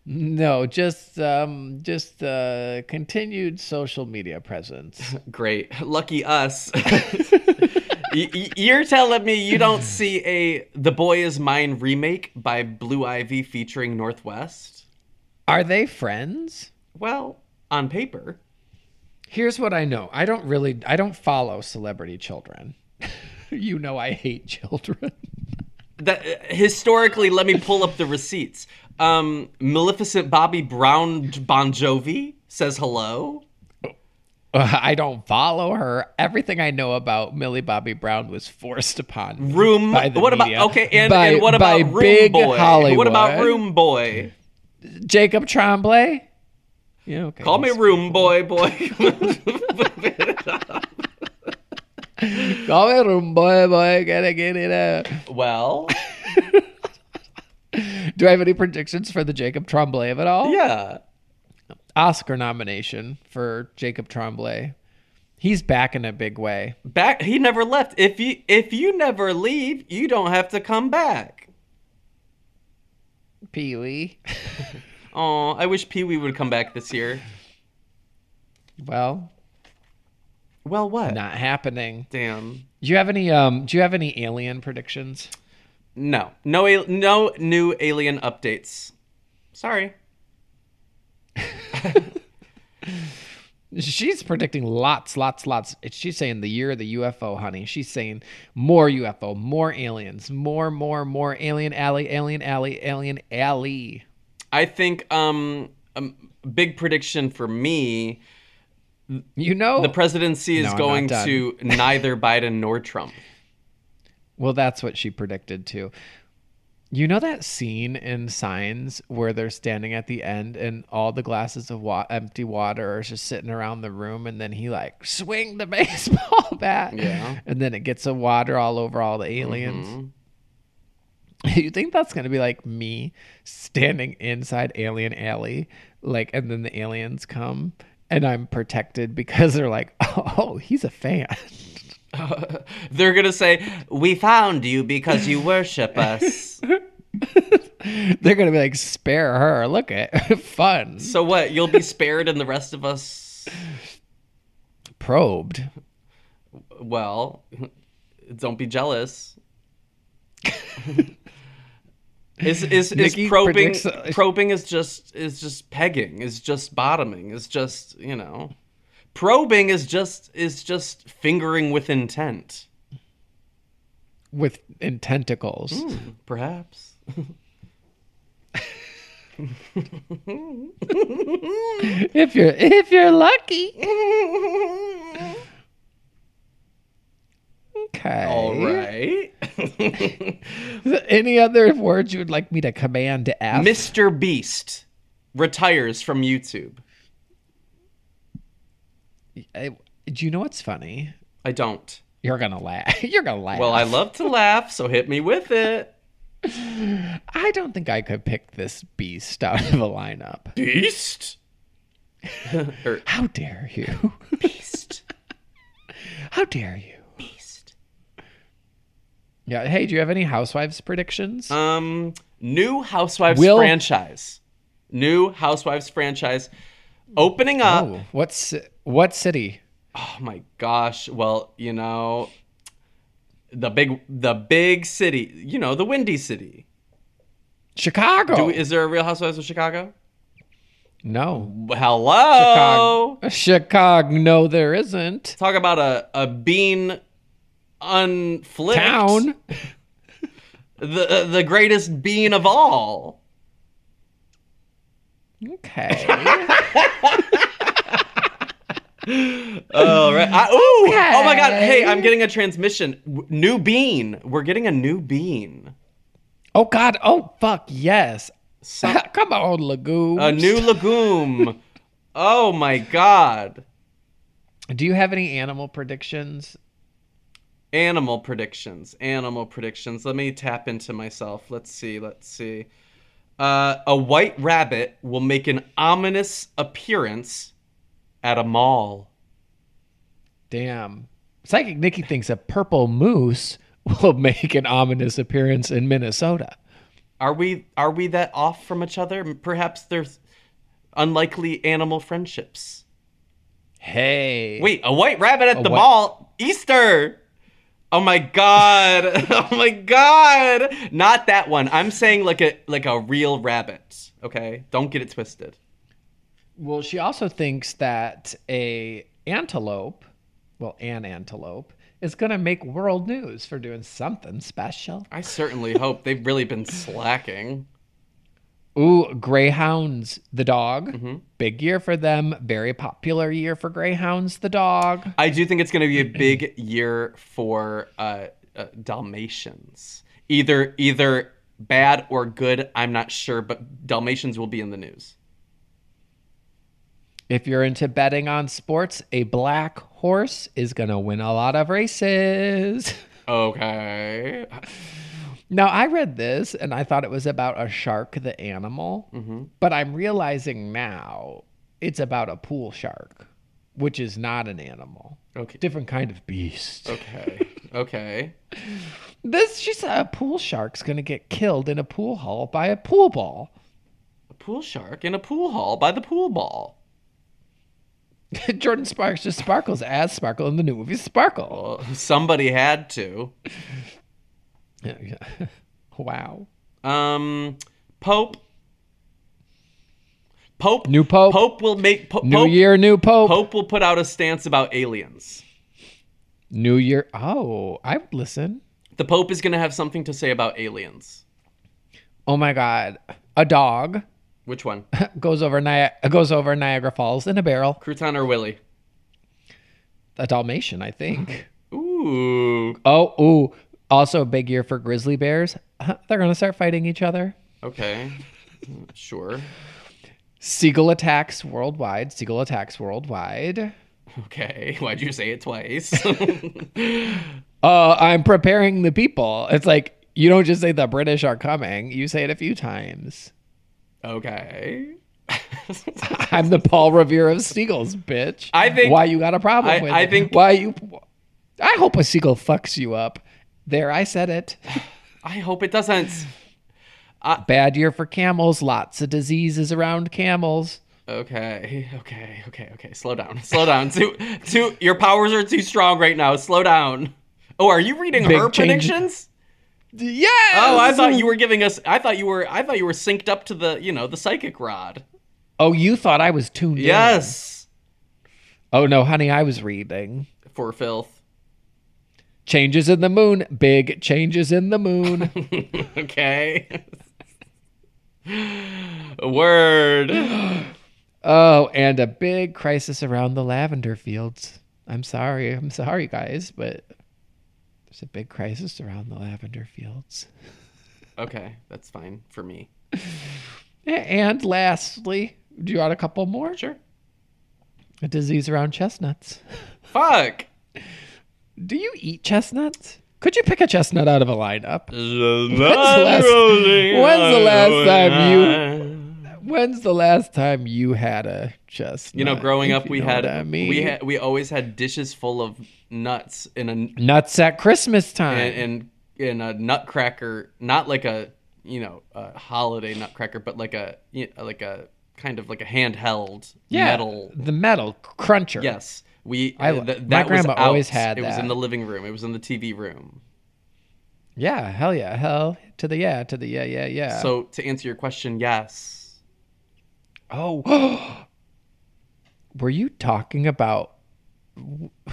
No, just, um, just uh, continued social media presence. Great. Lucky us. Y- y- You're telling me you don't see a The Boy Is Mine remake by Blue Ivy featuring Northwest? Are they friends? Well, on paper. Here's what I know. I don't really, I don't follow celebrity children. you know, I hate children. that historically let me pull up the receipts um maleficent bobby brown bon jovi says hello I don't follow her. Everything I know about Millie Bobby Brown was forced upon me Room. by the What about media, okay? And, by- and what about by Room big Boy? Hollywood. What about Room Boy? Jacob Tremblay? Yeah, okay. Call me Room Boy, boy. Call me room boy, boy. Gotta get it out. well, Do I have any predictions for the Jacob Tremblay of it all? yeah. Oscar nomination for Jacob Tremblay. He's back in a big way. Back. He never left. If you if you never leave, you don't have to come back. Pee Wee. Aw, I wish Pee Wee would come back this year. Well, Well, what? not happening. Damn. Do you have any? Um, do you have any alien predictions? No, no, al- no new alien updates. Sorry. She's predicting lots, lots, lots. She's saying the year of the UFO, honey. She's saying more UFO, more aliens, more, more, more alien alley, alien alley, alien alley. I think um, um big prediction for me: You know, the presidency Oh. No, is I'm going not done. to neither Biden nor Trump. Well, that's what she predicted too. You know that scene in Signs where they're standing at the end and all the glasses of wa- empty water are just sitting around the room, and then he like swing the baseball bat, Yeah. and then it gets the water all over all the aliens. You think that's gonna be like me standing inside Alien Alley, like, and then the aliens come and I'm protected because they're like, oh, he's a fan. They're gonna say, "We found you because you worship us." They're gonna be like, spare her. Look at fun. so what? You'll be spared, and the rest of us. Probed. Well, don't be jealous. is is, is Nikki probing predicts- uh, probing is just is just pegging is just bottoming is just you know probing is just is just fingering with intent With in tentacles. perhaps If you're if you're lucky. okay. all right Any other words you would like me to command to ask? Mr Beast retires from YouTube I- do you know what's funny? I don't You're gonna laugh. You're gonna laugh. well I love to laugh so hit me with it I don't think I could pick this beast out of a lineup. Beast Or How dare you? Beast How dare you? Beast. Yeah. Hey, do you have any housewives predictions? Um, new Housewives Will- franchise. New Housewives franchise opening up. Oh. oh, what's what city? my gosh. Well, you know, the big the big city, you know, the Windy City. Chicago. Do we, is there a Real Housewives of Chicago? no. Hello. Chicago. No, there isn't. Talk about a a bean unflipped Town. The uh, the greatest bean of all. Okay. All right. I, ooh. Oh my God. Okay. Hey, I'm getting a transmission. W- New bean. We're getting a new bean. oh God. Oh fuck. Yes. So- Come on, Lagoon. a new legume. oh my God. Do you have any animal predictions? Animal predictions. Animal predictions. Let me tap into myself. Let's see. Let's see. Uh, a white rabbit will make an ominous appearance at a mall. Damn. Psychic Nikki thinks a purple moose will make an ominous appearance in Minnesota. Are we are we that off from each other? Perhaps there's unlikely animal friendships. Hey. Wait, a white rabbit at the whi- mall? Easter. Oh my god. oh my god. Not that one. I'm saying like a like a real rabbit. Okay? Don't get it twisted. Well, she also thinks that a antelope, well, an antelope, is going to make world news for doing something special. I certainly hope they've really been slacking. Ooh, Greyhounds, the dog. Mm-hmm. Big year for them. Very popular year for Greyhounds, the dog. I do think it's going to be a big year for uh, uh, Dalmatians. Either either bad or good, I'm not sure, but Dalmatians will be in the news. If you're into betting on sports, a black horse is going to win a lot of races. Okay. Now, I read this and I thought it was about a shark, the animal, Mm-hmm. but I'm realizing now it's about a pool shark, which is not an animal. Okay. Different kind of beast. Okay. Okay. This, she said, a pool shark's going to get killed in a pool hall by a pool ball. A pool shark in a pool hall by the pool ball. Jordan Sparks just sparkles as Sparkle in the new movie Sparkle. Well, somebody had to. Yeah, yeah. wow. Um, Pope. Pope. New Pope. Pope will make. Po- New Pope, year, new pope. Pope will put out a stance about aliens. New year. Oh, I would listen. The Pope is going to have something to say about aliens. Oh my God. A dog Which one? goes over Ni- goes over Niagara Falls in a barrel. Crouton or Willy? A Dalmatian, I think. Ooh. oh, ooh. Also, a big year for grizzly bears. Huh, They're going to start fighting each other. Okay. Sure. Seagull attacks worldwide. Seagull attacks worldwide. Okay. Why'd you say it twice? uh, I'm preparing the people. It's like you don't just say the British are coming. You say it a few times. okay. I'm the Paul Revere of seagulls, bitch. I think- why you got a problem I- with I it. think- why you. I hope a seagull fucks you up. There, I said it. I hope it doesn't. Bad year for camels. Lots of diseases around camels. Okay. Okay. Okay. Okay. Slow down. Slow down. Too. Too. Your powers are too strong right now. Slow down. Oh, are you reading Big her change- predictions? Yes. Oh, I thought you were giving us. I thought you were. I thought you were synced up to the. You know, the psychic rod. Oh, you thought I was tuned in. Yes. Oh no, honey, I was reading. For filth. Changes in the moon. Big changes in the moon. Okay. Word. Oh, and a big crisis around the lavender fields. I'm sorry. I'm sorry, guys, but there's a big crisis around the lavender fields. Okay, that's fine for me. A- Eh, And lastly, do you want a couple more? Sure. A disease around chestnuts. Fuck. Do you eat chestnuts? Could you pick a chestnut out of a lineup? Mm. When's last- when's the last time When's the last time you had a chestnut? You know, growing if up, you we know had what I mean. we had we always had dishes full of nuts in a nuts at Christmas time. in in a nutcracker, not like a you know a holiday nutcracker, but like a you know, like a kind of like a handheld yeah, metal. the metal cruncher. Yes, we. uh, I- th- my that was grandma always out. had It was that. in the living room. It was in the TV room. Yeah, hell yeah, hell to the yeah, to the yeah, yeah, yeah. So to answer your question, yes. oh, were you talking about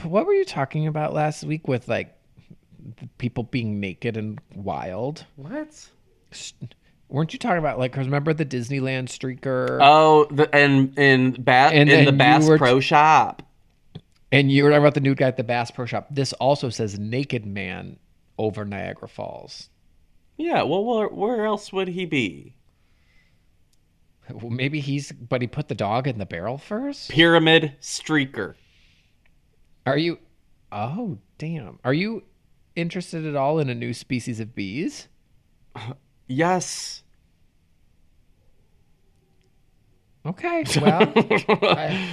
what were you talking about last week with like the people being naked and wild? What? Weren't you talking about like remember the Disneyland streaker? Oh, the, and in Bass And in the then Bass you were- Pro Shop. and you were talking about the nude guy at the Bass Pro Shop. This also says naked man over Niagara Falls. Yeah. Well, where, where else would he be? Well, maybe he's, but he put the dog in the barrel first. Pyramid Streaker. Are you? Oh, damn. Are you interested at all in a new species of bees? Yes. Okay. Well, I,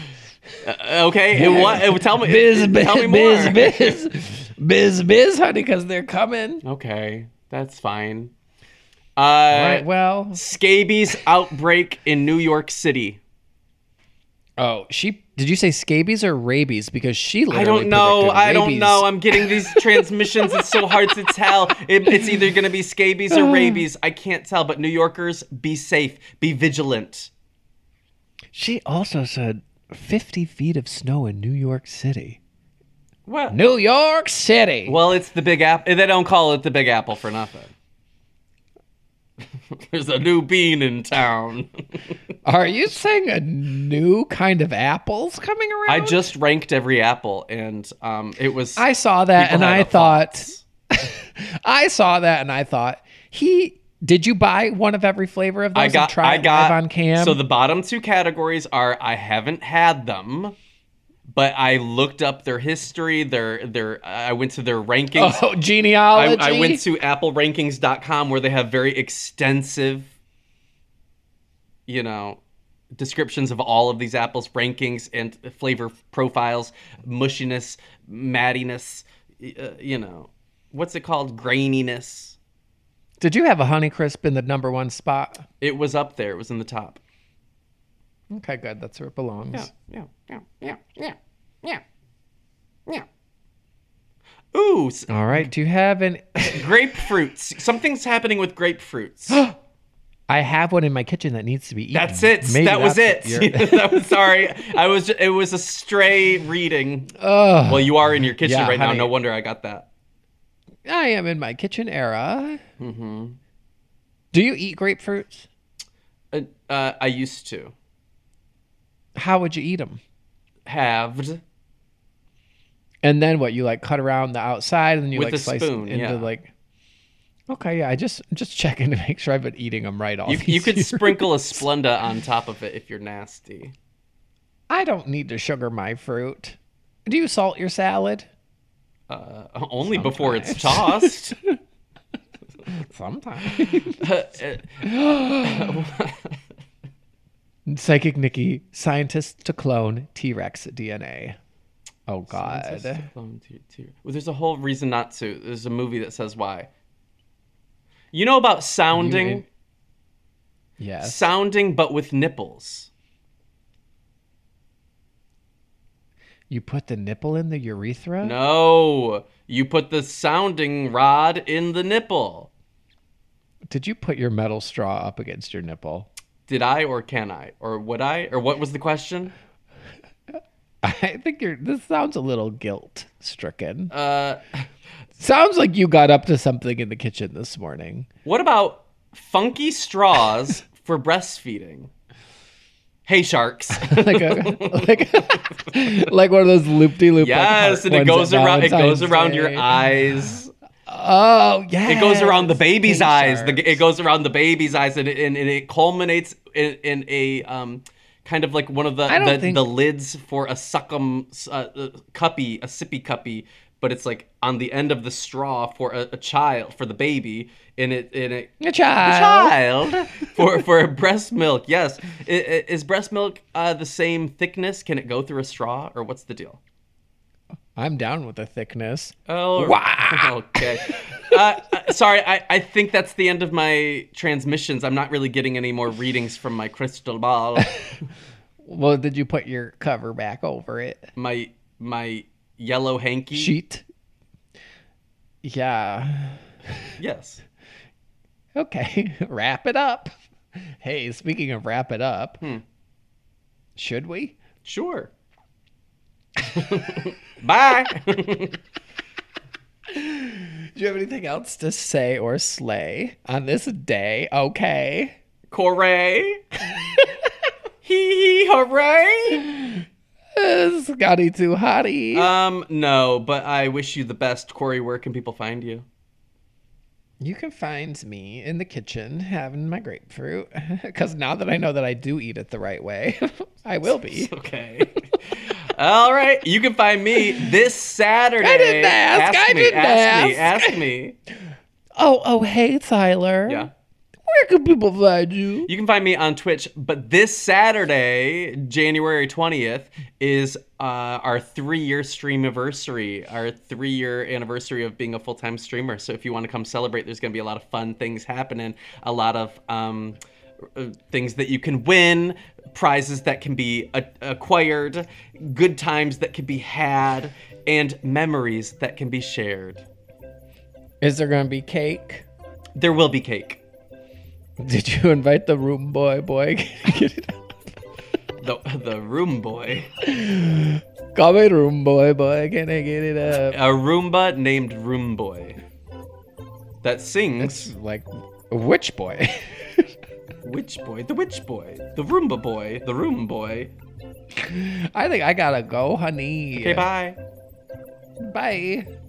Uh, okay. And what? and tell me. biz, and biz, tell me biz, more. biz, biz, biz, honey, because they're coming. Okay, that's fine. Uh, All right. Well. Scabies outbreak in New York City. Oh, she. Did you say scabies or rabies? Because she. I Literally don't know. predicted I don't rabies. know. I'm getting these transmissions. It's so hard to tell. It, it's either going to be scabies or rabies. I can't tell. But New Yorkers, be safe. Be vigilant. She also said 50 feet of snow in New York City. Well, New York City. well, it's the Big Apple. They don't call it the Big Apple for nothing. There's a new bean in town. Are you saying a new kind of apple's coming around? I just ranked every apple, and um, it was. I saw that people and had I a thought thought. I saw that and I thought he did you buy one of every flavor of those I got. and try I it got live on cam? So the bottom two categories are I haven't had them, but I looked up their history. Their their. I went to their rankings. oh, I, genealogy. I went to applerankings.com where they have very extensive, you know, descriptions of all of these apples, rankings and flavor profiles, mushiness, mattiness, y- uh, you know, what's it called? Graininess. Did you have a Honeycrisp in the number one spot? It was up there, it was in the top. Okay, good. That's where it belongs. Yeah, yeah, yeah, yeah, yeah, yeah. Ooh, s- All right. Do you have an? grapefruits. Something's happening with grapefruits. I have one in my kitchen that needs to be eaten. That's it. Maybe that was that's what it. you're- that was, sorry, I was. It was a stray reading. well, you are in your kitchen Yeah, right honey. now. No wonder I got that. I am in my kitchen era. Mm-hmm. Do you eat grapefruits? Uh, uh, I used to How would you eat them? halved. And then what? You like cut around the outside, and then you With like a slice spoon, into yeah. like. Okay, yeah. I just just checking to make sure I've been eating them right off. You, you could sprinkle a Splenda on top of it if you're nasty. I don't need to sugar my fruit. Do you salt your salad? Uh, only before it's tossed. Sometimes. Uh, uh, Psychic Nikki, scientist to clone T Rex DNA. Oh God. Um, to- to- well, there's a whole reason not to. There's a movie that says why. You know about sounding, Yes. sounding, but with nipples. You put the nipple in the urethra? No, you put the sounding rod in the nipple. Did you put your metal straw up against your nipple? Did I or can I or would I or what was the question? I think you're this sounds a little guilt stricken. Uh, sounds like you got up to something in the kitchen this morning. what about funky straws for breastfeeding? Hey sharks! Like a like, like one of those loop de loop. yes, and it goes around. It goes around your eyes. Oh yeah. It goes around the baby's eyes. The, it goes around the baby's eyes, and it, and, and it culminates in, in a um, kind of like one of the I don't the, think- the lids for a suckum uh, uh, cuppy, a sippy cuppy, but it's like on the end of the straw for a, a child, for the baby, and it and it A child. child for for breast milk. Yes, I- i- is breast milk uh, the same thickness? Can it go through a straw, or what's the deal? I'm down with the thickness. Oh, wow. Okay. Uh, uh, sorry, I, I think that's the end of my transmissions. I'm not really getting any more readings from my crystal ball. Well, did you put your cover back over it? my my yellow hanky. Sheet. Yeah. yes. Okay. wrap it up. Hey, speaking of wrap it up, should we? Sure. Bye. Do you have anything else to say or slay on this day? Okay. Corey. Hee hee hooray. Uh, Scotty too hottie. Um, no, but I wish you the best. Corey, where can people find you? You can find me in the kitchen having my grapefruit because now that I know that I do eat it the right way, I will be. Okay. All right. You can find me this Saturday. I didn't ask. I me, didn't ask, ask. me. Ask me. Oh, oh, hey, Tyler. Yeah. Where can people find you? You can find me on Twitch, but this Saturday, January 20th, is uh, our three year stream anniversary, our three year anniversary of being a full time streamer. So if you want to come celebrate, there's going to be a lot of fun things happening, a lot of um, uh, things that you can win, prizes that can be a- acquired, good times that can be had, and memories that can be shared. Is there going to be cake? There will be cake. Did you invite the room boy boy? Get it out. The, the room boy. Call me room boy boy. Can I get it up? a Roomba named Roomboy that sings It's like Witch boy. Witch boy, the witch boy, the Roomba boy, the room boy. I think I gotta go, honey. Okay, bye. Bye.